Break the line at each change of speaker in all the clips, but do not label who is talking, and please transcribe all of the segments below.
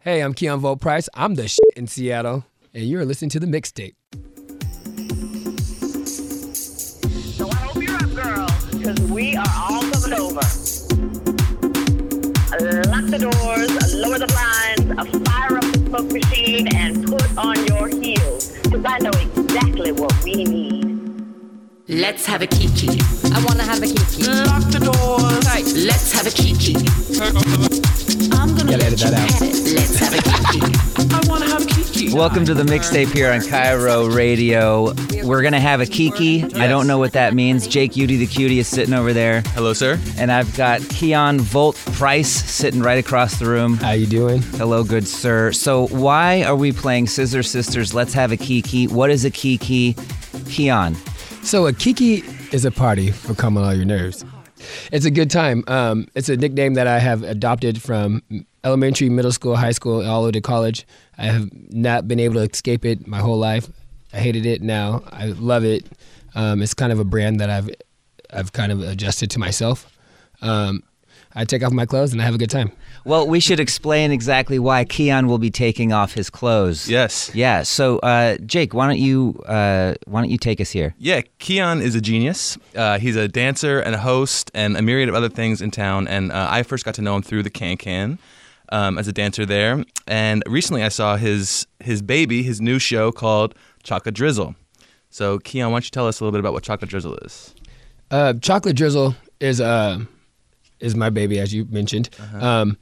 Hey, I'm Keon Volt Price. I'm the in Seattle, and you're listening to the mixtape.
So I hope you're up, girls, because we are all covered over. Lock the doors, lower the blinds, fire up the smoke machine, and put on your heels, because I know exactly what we need.
Let's have a kiki.
I wanna have a kiki.
Lock the doors. Let's have a kiki. I'm gonna
Gotta
let
edit
you
that out.
have it. Let's have a kiki. I wanna have a kiki.
Welcome to the mixtape here on Cairo Radio. We're gonna have a kiki. I don't know what that means. Jake Udy the cutie is sitting over there,
Hello, sir.
and I've got Keon Volt Price sitting right across the room.
How you doing?
Hello, good sir. So why are we playing Scissor Sisters? Let's have a kiki. What is a kiki? Keon.
So a kiki is a party for calming all your nerves. It's a good time. Um, it's a nickname that I have adopted from elementary, middle school, high school, all the way to college. I have not been able to escape it my whole life. I hated it. Now I love it. Um, it's kind of a brand that I've I've kind of adjusted to myself. Um, I take off my clothes and I have a good time.
Well, we should explain exactly why Keon will be taking off his clothes.
Yes.
Yeah. So, uh, Jake, why don't you uh, why don't you take us here?
Yeah, Keon is a genius. Uh, he's a dancer and a host and a myriad of other things in town. And uh, I first got to know him through the Can Can um, as a dancer there. And recently, I saw his his baby, his new show called Chaka Drizzle. So, Keon, why don't you tell us a little bit about what Chaka Drizzle is?
Uh, chocolate drizzle is uh is my baby, as you mentioned. Um,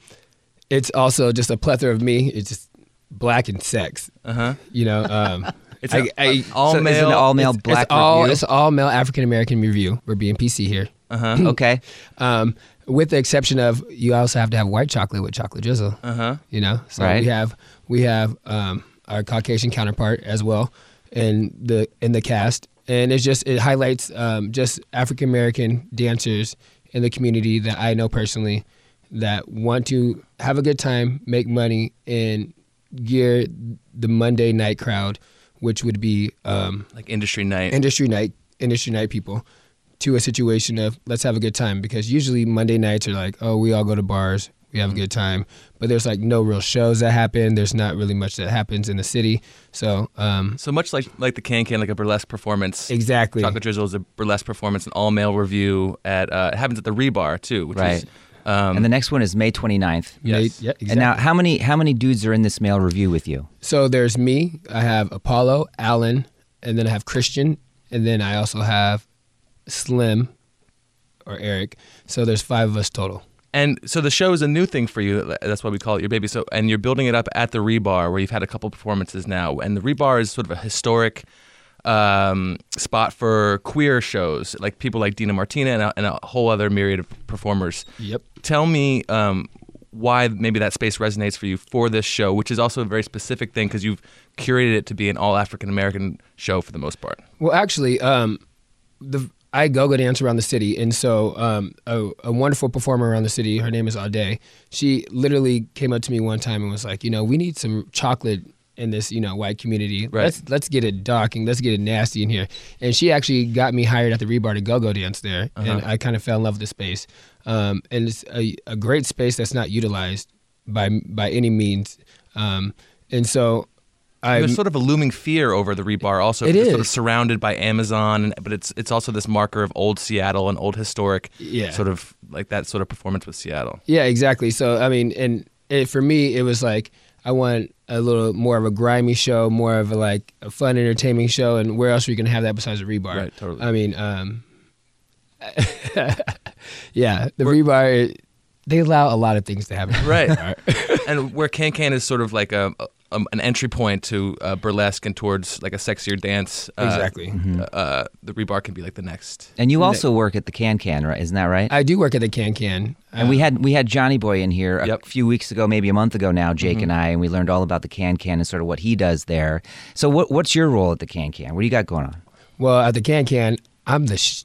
it's also just a plethora of me. It's just black and sex.
Uh huh.
You know, um,
It's
I-
an
I-
all
so is it
male.
an all male
it's,
black
it's all
review?
it's all male African American review. We're being PC here,
okay.
um, with the exception of you also have to have white chocolate with chocolate drizzle.
Uh huh.
You know, so
Right.
we have we have um, our Caucasian counterpart as well in the in the cast, and it's just it highlights um, just African American dancers in the community that I know personally that want to have a good time, make money, and gear the Monday night crowd, which would be um,
Like industry night.
industry night industry night people to a situation of let's have a good time because usually Monday nights are like oh we all go to bars we have a good time but there's like no real shows that happen there's not really much that happens in the city so um
so much like like the Can Can, like a burlesque performance.
exactly
Chocolate Drizzle is a burlesque performance, an all male review at uh, it happens at the Rebar too, which
Right.
is um,
And the next one is May 29th.
Yeah,
Yes.
yeah, exactly.
And now, how many how many dudes are in this male review with you?
so there's me I have Apollo Allen and then I have Christian and then I also have Slim or Eric so there's five of us total
And so the show is a new thing for you. That's why we call it your baby. So and you're building it up at the Rebar, where you've had a couple performances now. And the Rebar is sort of a historic um, spot for queer shows, like people like Dina Martina and a, and a whole other myriad of performers.
Yep.
Tell me um, why maybe that space resonates for you for this show, which is also a very specific thing because you've curated it to be an all African American show for the most part.
Well, actually, um, the I go-go dance around the city, and so um, a, a wonderful performer around the city. Her name is Ade. She literally came up to me one time and was like, you know, we need some chocolate in this, you know, white community.
Right.
Let's let's get it dark and let's get it nasty in here. And she actually got me hired at the Rebar to go-go dance there, and I kind of fell in love with the space. Um, and it's a, a great space that's not utilized by by any means. Um, and so. I
There's sort of a looming fear over the rebar, also. 'cause
It
it's sort of
is.
surrounded by Amazon, and- but it's it's also this marker of old Seattle and old historic,
Yeah.
sort of like that sort of performance with Seattle.
Yeah, exactly. So I mean, and it, for me, it was like I want a little more of a grimy show, more of a like a fun, entertaining show. And where else are you gonna have that besides the rebar?
Right, totally.
I mean, um, yeah, the rebar. They allow a lot of things to happen.
Right, Uh, and where Can Can is sort of like a, a an entry point to uh, burlesque and towards like a sexier dance. uh,
Exactly.
Uh, uh, the rebar can be like the next.
And you also work at the Can Can, right? Isn't that right?
I uh, do work at the Can Can.
and we had we had Johnny Boy in here a
Yep.
few weeks ago, maybe a month ago now, Jake
Mm-hmm.
and I, and we learned all about the Can Can and sort of what he does there. So, what what's your role at the Can Can? What do you got going on?
Well, at the Can Can, I'm the. Sh-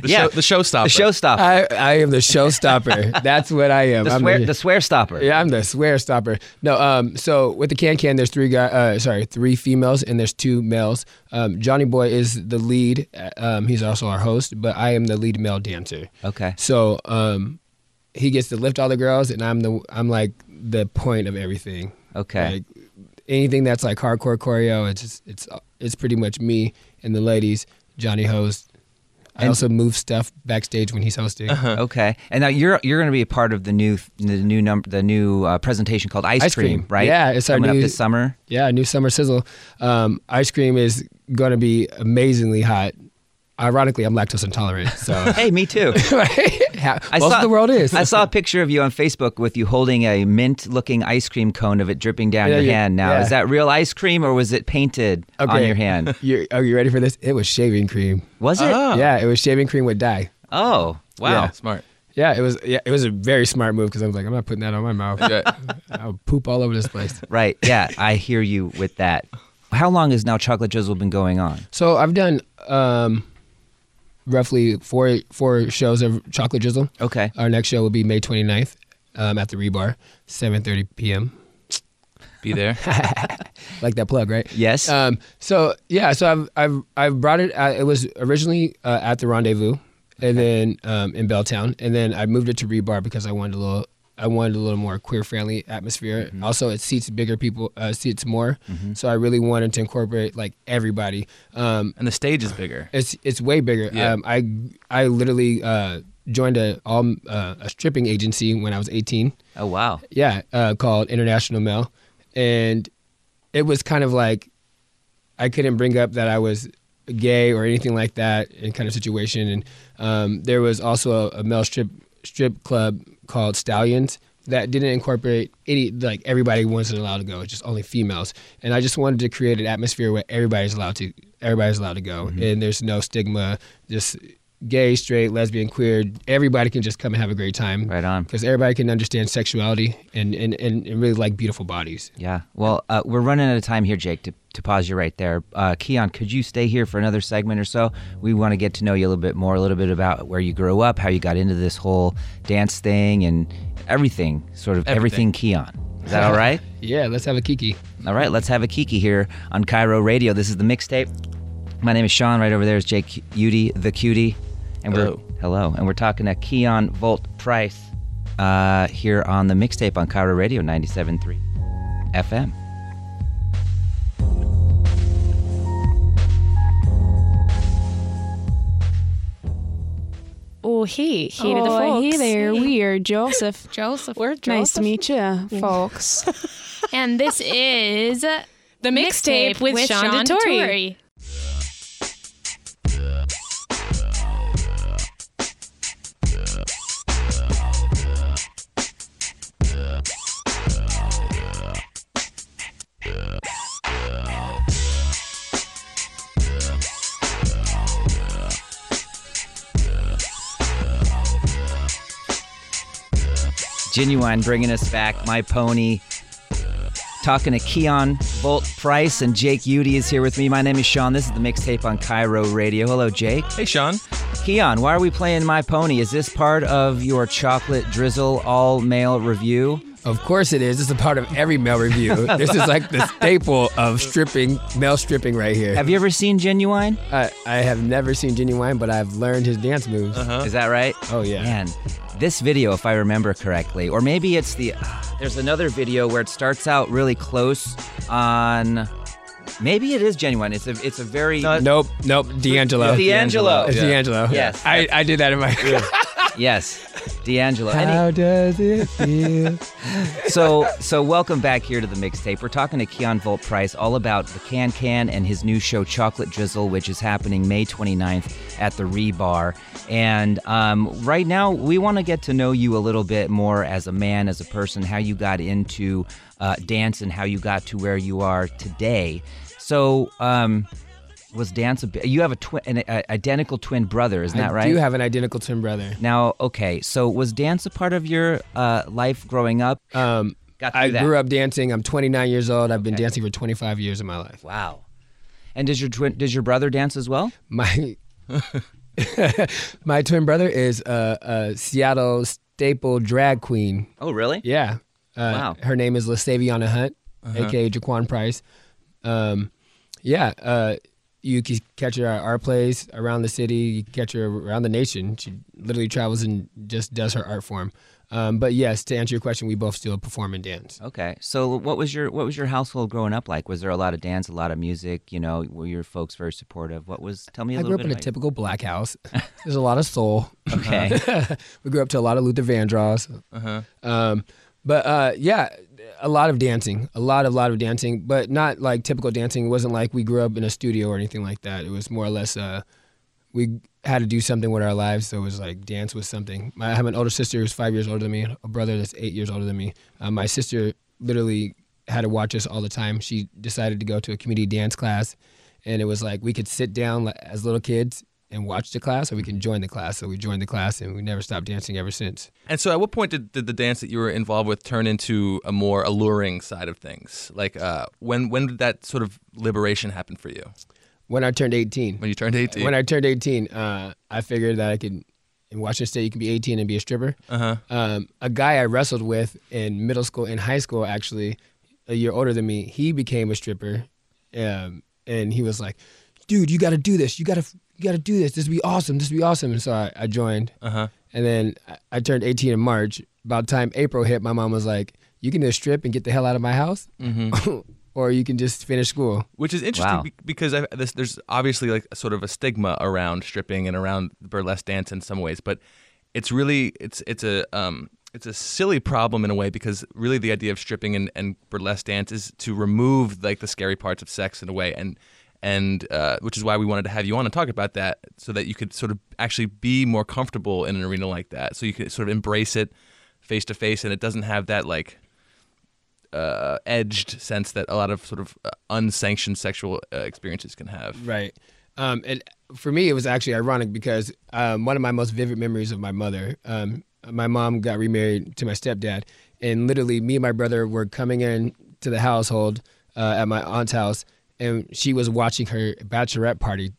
The
Yeah.
show, the showstopper.
The showstopper,
I I am the showstopper. That's what I am.
the
I'm
swear, the swear stopper.
Yeah, I'm the swear stopper. No, um, so with the can can, there's three guy, uh, sorry, three females and there's two males. Um, Johnny Boy is the lead. uh, Um, he's also our host, but I am the lead male dancer.
Okay.
So um, he gets to lift all the girls, and I'm the I'm like the point of everything.
Okay.
Like anything that's like hardcore choreo, it's just, it's it's pretty much me and the ladies. Johnny hosts. I
And- Uh-huh.
also move stuff backstage when he's hosting.
Okay, and now you're you're going to be a part of the new the new number the new uh, presentation called Ice,
Ice
Cream,
Cream.
right?
Yeah, it's our
coming
new-
up this summer.
Yeah, new summer sizzle. Um, ice cream is going to be amazingly hot. Ironically, I'm lactose intolerant, so
Hey, me too.
How-
I
most
saw,
of the world is.
I saw a picture of you on Facebook with you holding a mint-looking ice cream cone of it dripping down
Yeah,
your
yeah,
hand. Now,
yeah. Oh,
is that real ice cream or was it painted on
Okay.
your hand?
You, are you ready for this? It was shaving cream.
Was it?
Oh.
Yeah, it was shaving cream with dye.
Oh, wow.
Yeah, smart.
Ah. Yeah, it was. Yeah, it was a very smart move because I was like, I'm not putting that on my mouth.
Yeah.
I'll poop all over this place.
Right. Yeah, I hear you with that. How long has now Chocolate Drizzle been going on?
So I've done um, roughly four four shows of Chocolate Drizzle.
Okay.
Our next show will be May 29th um, at the Rebar, 7:30 p.m.
Be there.
like that plug, right?
Yes.
Um, so yeah, so I've I've I've brought it. Uh, it was originally uh, at the Rendezvous, and then um, in Belltown, and then I moved it to Rebar because I wanted a little. I wanted a little more queer friendly atmosphere. Also, it seats bigger people, uh, seats more. So I really wanted to incorporate like everybody. Um,
And the stage is bigger.
it's it's way bigger.
Yeah.
Um, I I literally uh, joined a all uh, a stripping agency when I was 18
oh, wow.
yeah, uh, called International Mail, and it was kind of like I couldn't bring up that I was gay or anything like that in kind of situation. And um, there was also a, a male strip strip club called Stallions that didn't incorporate any like everybody wasn't allowed to go, it's just only females. And I just wanted to create an atmosphere where everybody's allowed to everybody's allowed to go,
Mm-hmm.
and there's no stigma. Just gay, straight, lesbian, queer, everybody can just come and have a great time
Right on.
because everybody can understand sexuality and, and, and, and really like beautiful bodies.
Yeah. Well, uh, we're running out of time here, Jake, to, to pause you right there. Uh, Keon, could you stay here for another segment or so? We want to get to know you a little bit more, a little bit about where you grew up, how you got into this whole dance thing, and everything, sort of everything,
Everything.
Keon. Is that all right?
Yeah, let's have a kiki.
all right, let's have a kiki here on Cairo Radio. This is the mixtape. My name is Sean. Right over there is Jake Udy, the cutie. And
Hello.
we're hello. And we're talking to Keon Volt Price uh, here on the mixtape on Cairo Radio 97.3 FM.
Oh, hey, here the
Oh,
folks.
hey there, we are Joseph.
Joseph.
We're Nice to meet you, folks.
And this is
The mixtape with, Sean Dettori.
Genuine bringing us back. My Pony. Talking to Keon Volt Price and Jake Udy is here with me. My name is Sean. This is the mixtape on Cairo Radio. Hello, Jake.
Hey, Sean.
Keon, why are we playing My Pony? Is this part of your chocolate drizzle all male review?
Of course it is. It's a part of every male review. this is like the staple of stripping, male stripping right here.
Have you ever seen Genuine?
I, I have never seen Genuine, but I've learned his dance moves.
Is that right?
Oh, yeah.
Man, this video, if I remember correctly, or maybe it's the. there's another video where it starts out really close on. Maybe it is Genuine. It's a. It's a very.
Nope, nope, D'Angelo.
D'Angelo.
It's
Yeah.
D'Angelo.
Yes.
I, I did that in my.
Yes, D'Angelo. Any-
How does it feel?
so so welcome back here to the mixtape. We're talking to Keon Volt Price all about the Can Can and his new show Chocolate Drizzle, which is happening May 29th at the Rebar. And um, right now, we want to get to know you a little bit more as a man, as a person, how you got into uh, dance and how you got to where you are today. So. Um, was dance a bit? You have a twin, an a, identical twin brother, isn't that right?
I do have an identical twin brother.
now, okay. So, was dance a part of your uh, life growing up?
Um,
Got through
I
that.
grew up dancing. I'm 29 years old. I've been dancing for 25 years of my life.
Wow. And does your twin, does your brother dance as well?
my my twin brother is a, a Seattle staple drag queen.
Oh, really?
Yeah.
Wow.
Uh, Her name is LaSaviana Hunt, aka Jaquan Price. Um, yeah. Uh, you can catch her at our place around the city. You can catch her around the nation. She literally travels and just does her art form. Um, but yes, to answer your question, we both still perform and dance.
Okay. So what was your what was your household growing up like? Was there a lot of dance, a lot of music? You know, were your folks very supportive? What was? Tell me a
I
little
grew up
bit
in a
about your-
typical black house. There's a lot of soul.
Okay.
we grew up to a lot of Luther Vandross.
Uh-huh.
Um, but uh, yeah, a lot of dancing, a lot of lot of dancing, but not like typical dancing. It wasn't like we grew up in a studio or anything like that. It was more or less uh, we had to do something with our lives. So it was like dance was something. My- I have an older sister who's five years older than me, a brother that's eight years older than me. Uh, my sister literally had to watch us all the time. She decided to go to a community dance class, and it was like we could sit down like, as little kids and watch the class, or we can join the class. So we joined the class, and we never stopped dancing ever since.
And so, at what point did, did the dance that you were involved with turn into a more alluring side of things? Like, uh, when when did that sort of liberation happen for you?
When I turned 18,
When you turned eighteen?
when I turned 18, uh, I figured that I could, in Washington State, you can be 18 and be a stripper.
uh-huh.
Um, a guy I wrestled with in middle school and high school, actually, a year older than me, he became a stripper. Um, and he was like, dude, you got to do this. You got to. You gotta do this. This would be awesome. This would be awesome. And so I, I joined.
Uh-huh.
And then I, I turned 18 in March. About time April hit, my mom was like, You can just strip and get the hell out of my house,
Mm-hmm.
or you can just finish school.
Which is interesting
Wow.
be- because I, this, there's obviously like a sort of a stigma around stripping and around burlesque dance in some ways, but it's really it's it's a um, it's a silly problem in a way because really the idea of stripping and, and burlesque dance is to remove like the scary parts of sex in a way and and uh, which is why we wanted to have you on and talk about that so that you could sort of actually be more comfortable in an arena like that so you could sort of embrace it face to face and it doesn't have that like uh, edged sense that a lot of sort of uh, unsanctioned sexual uh, experiences can have.
Right. Um, and for me, it was actually ironic because um, one of my most vivid memories of my mother, um, my mom got remarried to my stepdad, and literally me and my brother were coming in to the household uh, at my aunt's house, and she was watching her bachelorette party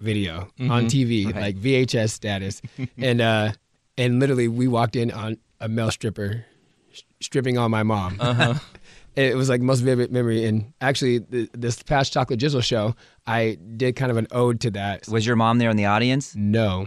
video on TV, like VHS status, and uh, and literally we walked in on a male stripper sh- stripping on my mom. it was like most vivid memory, and actually th- this past Chocolate Jizzle show, I did kind of an ode to that.
Was your mom there in the audience?
No,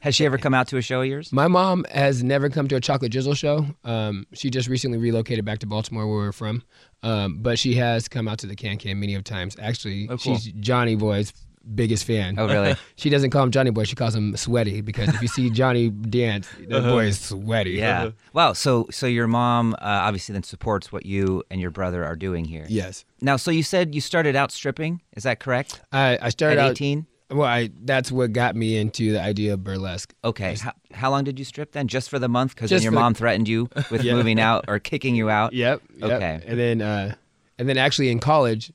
Has she ever come out to a show of yours?
my mom has never come to a Chocolate Jizzle show. Um, she just recently relocated back to Baltimore, where we're from, um, but she has come out to the Can Can many of times. Actually,
Oh, cool.
she's Johnny Boy's biggest fan.
Oh, really?
She doesn't call him Johnny Boy. She calls him Sweaty because if you see Johnny dance, that boy is sweaty.
Uh-huh. Yeah. Wow. So, so your mom uh, obviously then supports what you and your brother are doing here.
Yes.
Now, so you said you started out stripping. Is that correct?
I, I started
At
out-
18?
Well, I, that's what got me into the idea of burlesque.
Okay. How, how long did you strip then? Just for the month? Because
Just
then your
for the-
mom threatened you with
Yeah.
moving out or kicking you out.
Yep. yep.
Okay.
And then, uh, and then actually in college,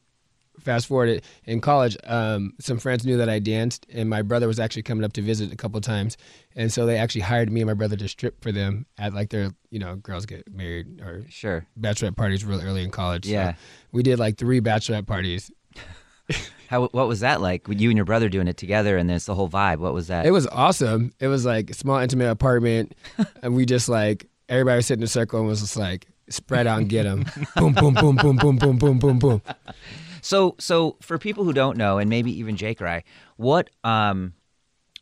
fast forward it in college, um, some friends knew that I danced, and my brother was actually coming up to visit a couple times, and so they actually hired me and my brother to strip for them at like their, you know, girls get married or
Sure.
bachelorette parties real early in college. So
Yeah.
we did like three bachelorette parties.
How? What was that like? With you and your brother doing it together, and this the whole vibe. What was that?
It was awesome. It was like a small, intimate apartment, and we just like everybody was sitting in a circle and was just like spread out and get them. boom, boom, boom, boom, boom, boom, boom, boom, boom.
So, so for people who don't know, and maybe even Jake or I, what um,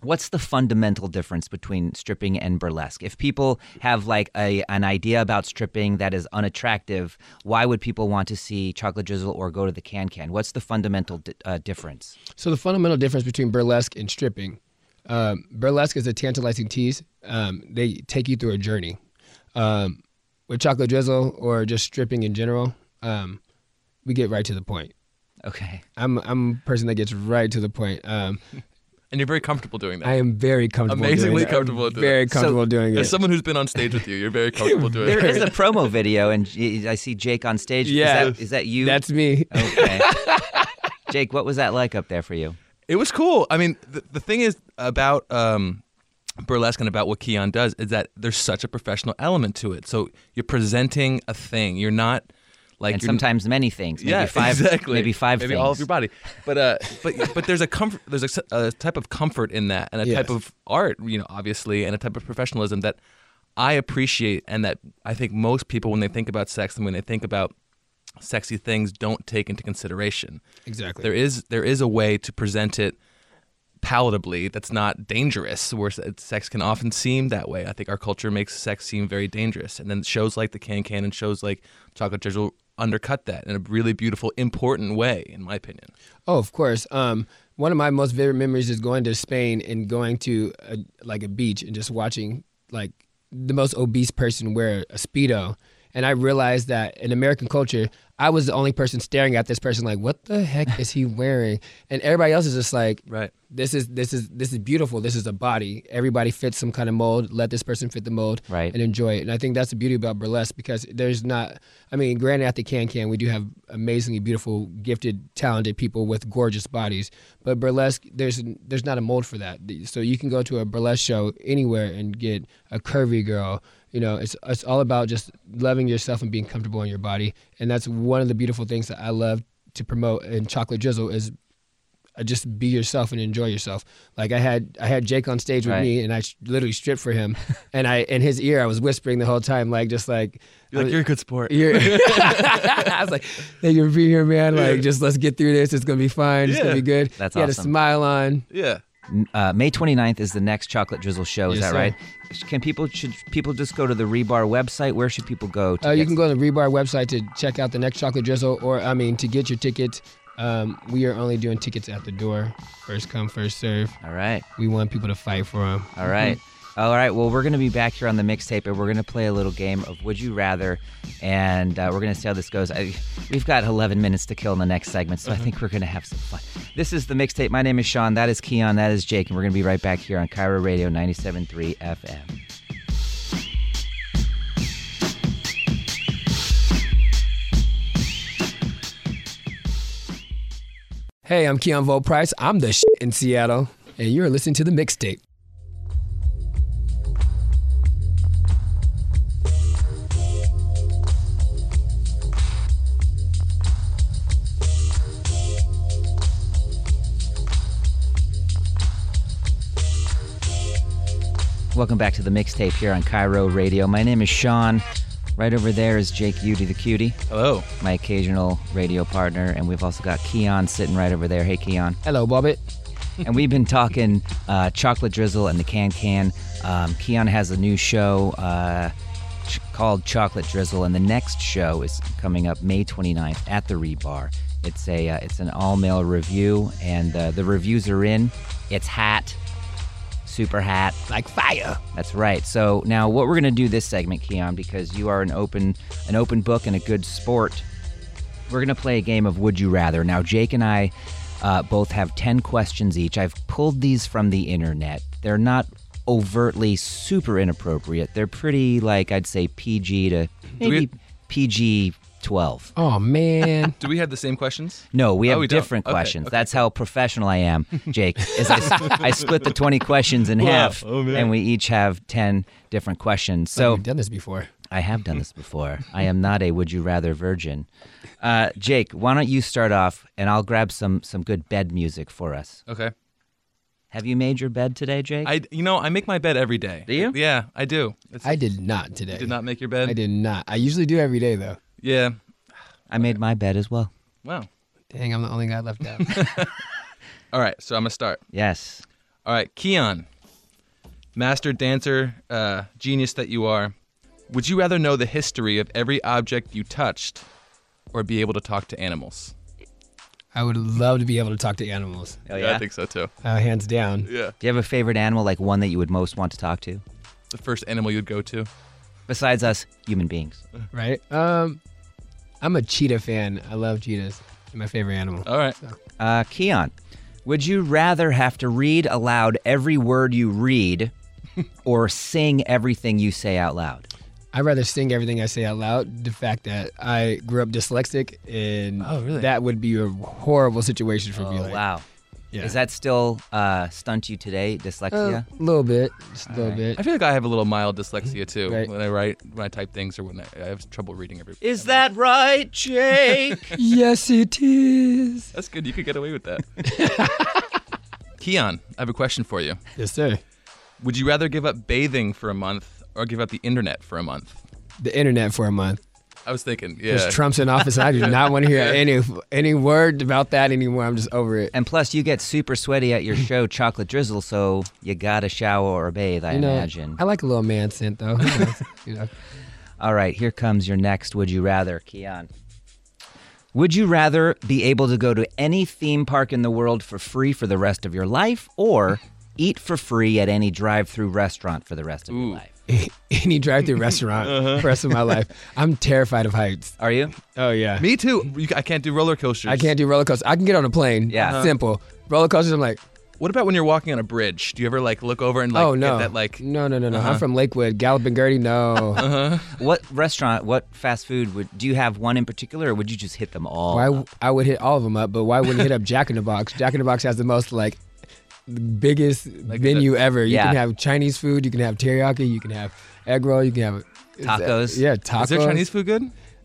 what's the fundamental difference between stripping and burlesque? If people have like a an idea about stripping that is unattractive, why would people want to see Chocolate Drizzle or go to the Can Can? What's the fundamental di- uh, difference?
So the fundamental difference between burlesque and stripping, um, burlesque is a tantalizing tease. Um, they take you through a journey. Um, with chocolate drizzle or just stripping in general, um, we get right to the point.
Okay,
I'm I'm a person that gets right to the point. Um,
And you're very comfortable doing that.
I am very comfortable. doing
Amazingly
it. I'm
comfortable doing
Very
it.
So-
comfortable doing it.
As someone who's been on stage with you, you're very comfortable doing
there
it.
is a promo video, and j- I see Jake on stage.
Yeah.
is that, is that you?
That's me.
okay. Jake, what was that like up there for you?
It was cool. I mean, the, the thing is about um, burlesque and about what Keon does is that there's such a professional element to it. So you're presenting a thing. You're not like
and
you're-
sometimes many things. Maybe
yeah,
five,
exactly.
Maybe five
maybe
things.
all of your body. But uh, but but there's a comfort, there's a, s- a type of comfort in that, and a type
Yes.
of art, you know, obviously, and a type of professionalism that I appreciate, and that I think most people, when they think about sex and when they think about sexy things, don't take into consideration.
Exactly.
There is there is a way to present it palatably, that's not dangerous, where s- sex can often seem that way. I think our culture makes sex seem very dangerous. And then shows like The Can Can and shows like Chocolate Drizzle undercut that in a really beautiful, important way, in my opinion.
Oh, of course. Um, one of my most vivid memories is going to Spain and going to a, like a beach and just watching like the most obese person wear a speedo, and I realized that in American culture, I was the only person staring at this person like, "What the heck is he wearing?" And everybody else is just like,
Right.
this is this is this is beautiful. This is a body. Everybody fits some kind of mold. Let this person fit the mold
Right.
and enjoy it. And I think that's the beauty about burlesque because there's not. I mean, granted, at the Can Can we do have amazingly beautiful, gifted, talented people with gorgeous bodies. But burlesque, there's there's not a mold for that. So you can go to a burlesque show anywhere and get a curvy girl. You know, it's it's all about just loving yourself and being comfortable in your body. And that's one of the beautiful things that I love to promote in Chocolate Drizzle is uh, just be yourself and enjoy yourself. Like I had, I had Jake on stage with
Right.
me, and I sh- literally stripped for him, and I in his ear, I was whispering the whole time, like just like,
You're like, you're a good sport.
you're, I was like, thank you for being here, man. Like just let's get through this. It's gonna be fine. It's gonna
Yeah.
be good.
That's
he Had a
awesome.
smile on.
Yeah.
uh, May 29th is the next Chocolate Drizzle show. Is
Yes,
that
sir.
right? Can people should people just go to the Rebar website? Where should people go? To
Uh, you
get-
can go to the Rebar website to check out the next Chocolate Drizzle, or I mean, to get your tickets. Um, we are only doing tickets at the door. First come, first serve.
All right,
We want people to fight for them.
all right. All right, well, we're going to be back here on the mixtape and we're going to play a little game of Would You Rather, and uh, we're going to see how this goes. I, we've got 11 minutes to kill in the next segment, so I think we're going to have some fun. This is the mixtape. My name is Sean, that is Keon, that is Jake, and we're going to be right back here on Cairo Radio 97.3 FM.
Hey, I'm Keon Vol Price. I'm the shit in Seattle, and you're listening to the mixtape.
Welcome back to the mixtape here on Cairo Radio. My name is Sean. Right over there is Jake Udy the Cutie,
Hello.
my occasional radio partner, and we've also got Keon sitting right over there. Hey, Keon.
Hello, Bobbit.
and we've been talking uh, Chocolate Drizzle and the Can Can. Um, Keon has a new show uh, ch- called Chocolate Drizzle, and the next show is coming up May 29th at the Rebar. It's a uh, it's an all male review, and uh, the reviews are in. It's hot, super hot.
Like fire.
That's right. So now what we're going to do this segment, Keon, because you are an open an open book and a good sport. We're going to play a game of Would You Rather. Now Jake and I uh, both have ten questions each. I've pulled these from the internet. They're not overtly super inappropriate. They're pretty like I'd say PG to maybe PG twelve.
Oh man.
Do we have the same questions?
No, we
Oh,
have
we don't.
different
Okay,
questions.
okay,
That's how professional I am, Jake. Is I, s- I split the 20 questions in half,
Oh, man.
and we each have 10 different questions. So
We've done this before.
I have done this before. I am not a would you rather virgin. Uh, Jake, why don't you start off, and I'll grab some some good bed music for us.
Okay.
Have you made your bed today, Jake?
I, you know, I make my bed every day. Do
you?
Yeah, I do. It's,
I did not today.
did not make your bed.
I did not. I usually do every day though.
Yeah.
I made my bed as well.
Wow.
Dang, I'm the only guy left out.
All right. So I'm gonna start.
Yes.
All right, Keon, master dancer, uh, genius that you are, would you rather know the history of every object you touched or be able to talk to animals?
I would love to be able to talk to animals.
Oh, yeah?
so too.
Uh, hands down.
Yeah.
Do you have a favorite animal, like one that you would most want to talk to,
The first animal you'd go to?
besides us human beings?
Right? Um I'm a cheetah fan. I love cheetahs. They're my favorite animal.
All right.
Uh, Keon, would you rather have to read aloud every word you read or sing everything you say out loud?
I'd rather sing everything I say out loud. The fact that I grew up dyslexic and
Oh, really?
that would be a horrible situation for me.
Oh,
like,
wow.
Yeah.
Is that still uh, stunt you today,
a
dyslexia?
little bit. Just a little
right.
bit.
I feel like I have a little mild dyslexia too
Right.
when I write, when I type things, or when I, I have trouble reading every.
Is that right, Jake?
yes it is.
That's good. You could get away with that. Keon, I have a question for you.
Yes, sir.
Would you rather give up bathing for a month or give up the internet for a month?
The internet for a month.
I was thinking, yeah.
There's Trump's in office, and I do not want to hear any any word about that anymore. I'm just over it.
And plus, you get super sweaty at your show, Chocolate Drizzle, so you gotta shower or bathe, I
You know,
imagine.
I like a little man scent though. You know.
All right, here comes your next Would You Rather, Keon. Would you rather be able to go to any theme park in the world for free for the rest of your life or eat for free at any drive through restaurant for the rest of your life?
Any drive-through restaurant
Uh-huh.
for the rest of my life. I'm terrified of heights.
Are you?
Oh yeah.
Me too. You, I can't do roller coasters.
I can't do roller coasters. I can get on a plane.
Yeah. Uh-huh.
Simple. Roller coasters. I'm like,
What about when you're walking on a bridge? Do you ever like look over and like
oh
get
no,
that like? uh-huh.
no, no, no, no. I'm from Lakewood. Galloping Gertie. No.
What restaurant, what fast food would do you have one in particular or would you just hit them all?
Why I would hit all of them up, but why wouldn't hit up Jack in the Box? Jack in the Box has the most like the biggest venue ever. You
Yeah.
can have Chinese food, you can have teriyaki, you can have egg roll, you can have is that-
Tacos.
yeah, tacos.
Is there Chinese food good?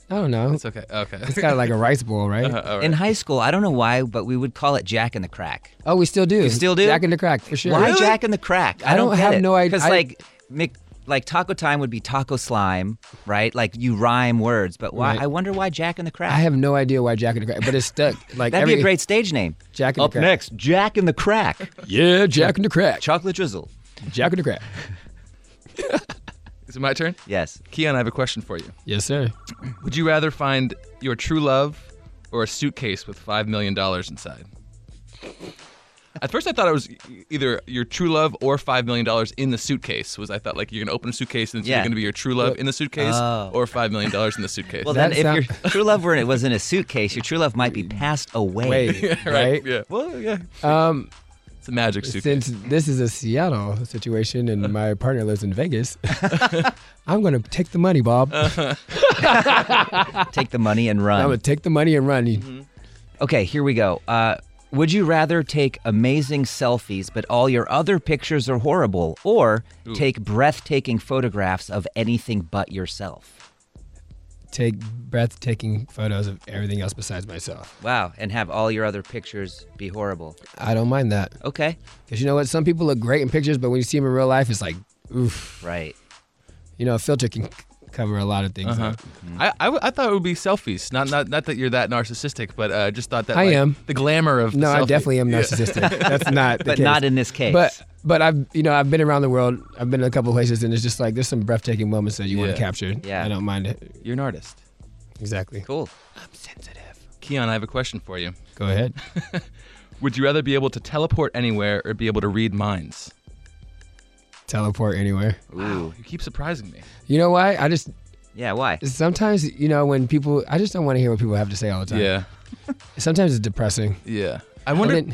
I don't know. It's
It's okay. Uh-huh. Okay.
kind of like a rice bowl, right?
In high school, I don't know why, but we would call it Jack and the Crack.
Oh, we still do. You
still do?
Jack in the Crack for sure.
Why Jack and the Crack? I,
I don't
get
have
it.
no idea.
Because
I-
like, Mc, like Taco Time would be Taco Slime, right? Like you rhyme words, but why?
Right.
I wonder why Jack and the Crack.
I have no idea why Jack in the Crack, but it's stuck. Like
That'd
every
be a great stage name.
Jack and
Up
the Crack.
next, Jack and the Crack,
Yeah, Jack in the Crack.
Chocolate Drizzle.
Jack in the Crack.
Is it my turn?
Yes.
Keon, I have a question for you.
Yes, sir.
Would you rather find your true love or a suitcase with five million dollars inside? At first, I thought it was e- either your true love or five million dollars in the suitcase. Was I thought like you're gonna open a suitcase and it's
Yeah.
going to be your true love in the suitcase
Oh.
or five million dollars in the suitcase?
Well,
That
then,
sound-
if your true love were in, it was in a suitcase, your true love might be passed away.
Wait, right?
Yeah. Well, yeah.
Um,
It's a magic suitcase.
since this is a Seattle situation and my partner lives in Vegas, I'm gonna take the money, Bob.
Take the money and
I'm gonna
run.
take the money and run.
Mm-hmm.
Okay, here we go. Uh, would you rather take amazing selfies, but all your other pictures are horrible, or take breathtaking photographs of anything but yourself?
Take breathtaking photos of everything else besides myself.
Wow, and have all your other pictures be horrible.
I don't mind that
Okay,
because you know what? Some people look great in pictures, but when you see them in real life, it's like, oof.
right.
You know, a filter can c- cover a lot of things.
Uh-huh.
up.
I I, w- I thought it would be selfies. Not not not that you're that narcissistic, but uh, I just thought that
I
like,
am.
the glamour of the
No, I
selfie.
definitely am narcissistic. That's not. The
But
case.
not in this case.
But but I've you know I've been around the world. I've been in a couple places, and it's just like there's some breathtaking moments that you want
Yeah.
to capture.
Yeah.
I don't mind it.
You're an artist.
Exactly.
Cool.
Keon, I have a question for you.
Go ahead.
Would you rather be able to teleport anywhere or be able to read minds?
Teleport anywhere.
Ooh.
You keep surprising me.
You know why? I just
Yeah, why?
sometimes you know when people I just don't want to hear what people have to say all the time.
Yeah,
Sometimes it's depressing.
yeah. I
And
wonder.
then,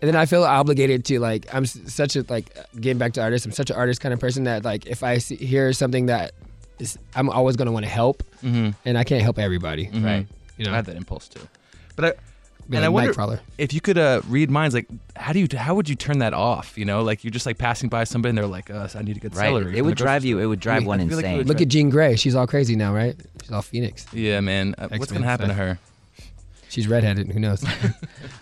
and then I feel obligated to like I'm s- such a like getting back to artists. I'm such an artist kind of person that like if I see, hear something that is I'm always gonna want to help, and I can't help everybody.
Right.
You know.
Mm-hmm. I have that impulse too. But I
Be
and
like
I wonder
Nightcrawler.
if you could uh, read minds. Like, how do you? How would you turn that off? You know, like you're just like passing by somebody and they're like, uh, "I need to get
Right.
celery."
It would drive you. It would drive
I
one
feel like it
insane.
would
Look at Jean Grey. She's all crazy now, right? She's all Phoenix.
Yeah, man. Uh, what's
X-Men
gonna happen to
stuff.
her?
She's redheaded. Who knows?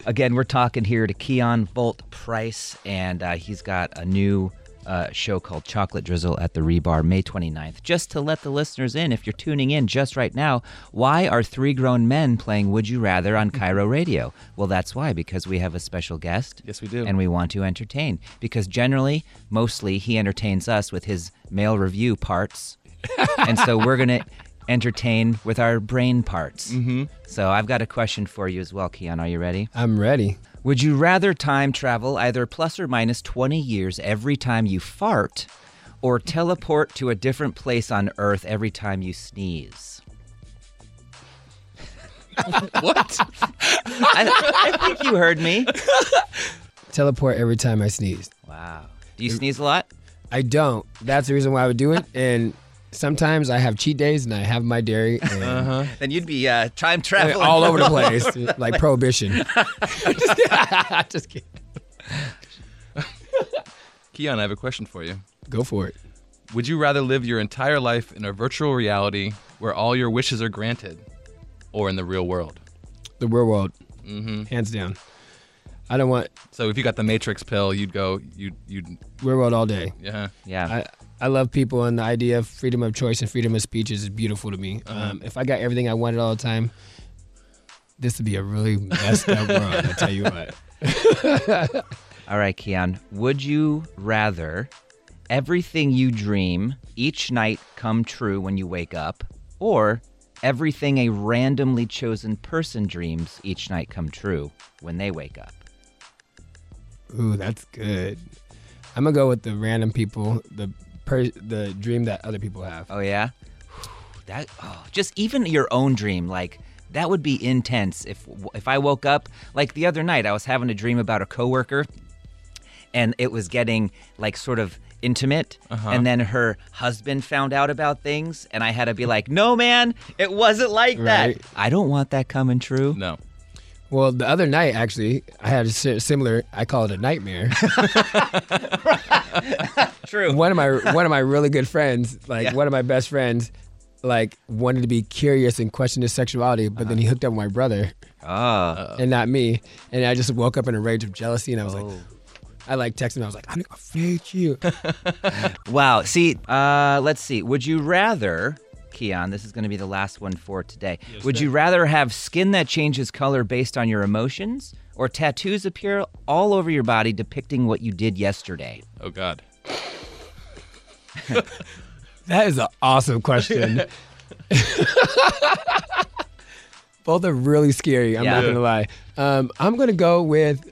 Again, we're talking here to Keon Bolt Price, and uh, he's got a new uh, show called Chocolate Drizzle at the Rebar May 29th. Just to let the listeners in, if you're tuning in just right now, why are three grown men playing Would You Rather on Cairo Radio? Well, that's why, because we have a special guest.
Yes, we do.
And we want to entertain, because generally, mostly, he entertains us with his male review parts. and so we're going to entertain with our brain parts. Mm-hmm. So I've got a question for you as well, Keon. Are you ready?
I'm ready.
Would you rather time travel either plus or minus 20 years every time you fart or teleport to a different place on Earth every time you sneeze?
what?
I, I think you heard me.
Teleport every time I sneeze.
Wow. Do you sneeze a lot?
I don't. That's the reason why I would do it. And sometimes I have cheat days and I have my dairy and
Uh-huh.
Then you'd be uh, time
and
traveling.
all over the place, like prohibition. Just kidding.
Keon, I have a question for you.
Go for it.
Would you rather live your entire life in a virtual reality where all your wishes are granted, or in the real world?
The real world, hands down. I don't want
So if you got the Matrix pill, you'd go, you'd, you'd,
real world all day.
yeah.
Yeah.
I, I love people, and the idea of freedom of choice and freedom of speech is beautiful to me. Um, if I got everything I wanted all the time, this would be a really messed up world. I tell you what.
All right, Keon. Would you rather everything you dream each night come true when you wake up, or everything a randomly chosen person dreams each night come true when they wake up?
Ooh, that's good. I'm gonna go with the random people, the per, the dream that other people have.
Oh yeah, that oh, just even your own dream, like that would be intense. If if I woke up like the other night, I was having a dream about a coworker, and it was getting like sort of intimate and then her husband found out about things and i had to be like no man it wasn't like
Right.
that i don't want that coming true
No.
Well, the other night actually, I had a si- similar. I call it a nightmare.
true
one of my one of my really good friends, like
Yeah.
one of my best friends, like wanted to be curious and question his sexuality, but then he hooked up with my brother Uh,
Ah.
and not me, and I just woke up in a rage of jealousy, and I was like,
Oh.
I like texted him, I was like, I'm afraid you.
Wow. See, uh, let's see. Would you rather, Keon, this is going to be the last one for today. would you rather have skin that changes color based on your emotions or tattoos appear all over your body depicting what you did yesterday?
Oh God.
That is an awesome question. Both are really scary. I'm not
Yeah.
gonna lie. Um, I'm gonna go with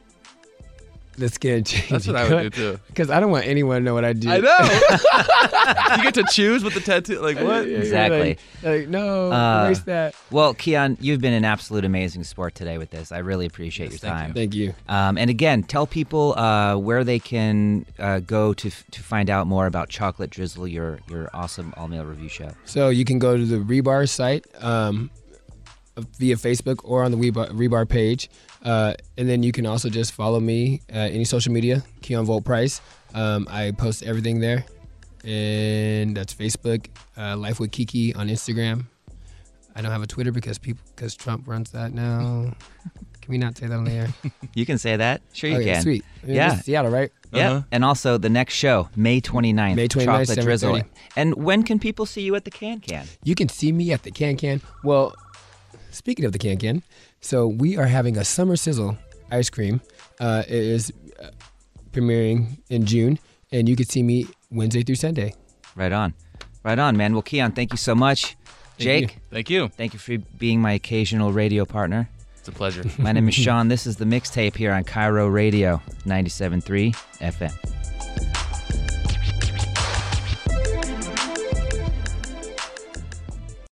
the skin change.
That's what I would do, too.
Because I don't want anyone to know what I do.
I know. you get to choose with the tattoo. Like what?
Exactly.
Like, like, no,
Uh,
erase that.
Well, Keon, you've been an absolute amazing sport today with this. I really appreciate your time.
Thank you.
Um, and again, tell people uh, where they can uh, go to, f- to find out more about Chocolate Drizzle, your, your awesome all male review show.
So you can go to the Rebar site um, via Facebook or on the Rebar, Rebar page, uh, and then you can also just follow me uh, any social media, Keon Volt Price. Um, I post everything there, and that's Facebook, uh, Life with Kiki on Instagram. I don't have a Twitter because people because Trump runs that now. Can we not say that on the air?
You can say that. Sure, you
okay,
can.
Oh, sweet.
Yeah.
This is Seattle, right?
Yeah.
Uh-huh.
And also the next show, May 29th.
May 29th,
Chocolate
7:30.
Drizzle. And when can people see you at the Can Can?
You can see me at the Can Can. Well, speaking of the Can Can, so we are having a summer sizzle ice cream. Uh, it is uh, premiering in June, and you can see me Wednesday through Sunday.
Right on. Right on, man. Well, Keon, thank you so much. Jake,
Thank you.
thank you for being my occasional radio partner.
It's a pleasure.
My name is Sean. This is the mixtape here on Cairo Radio 97.3 FM.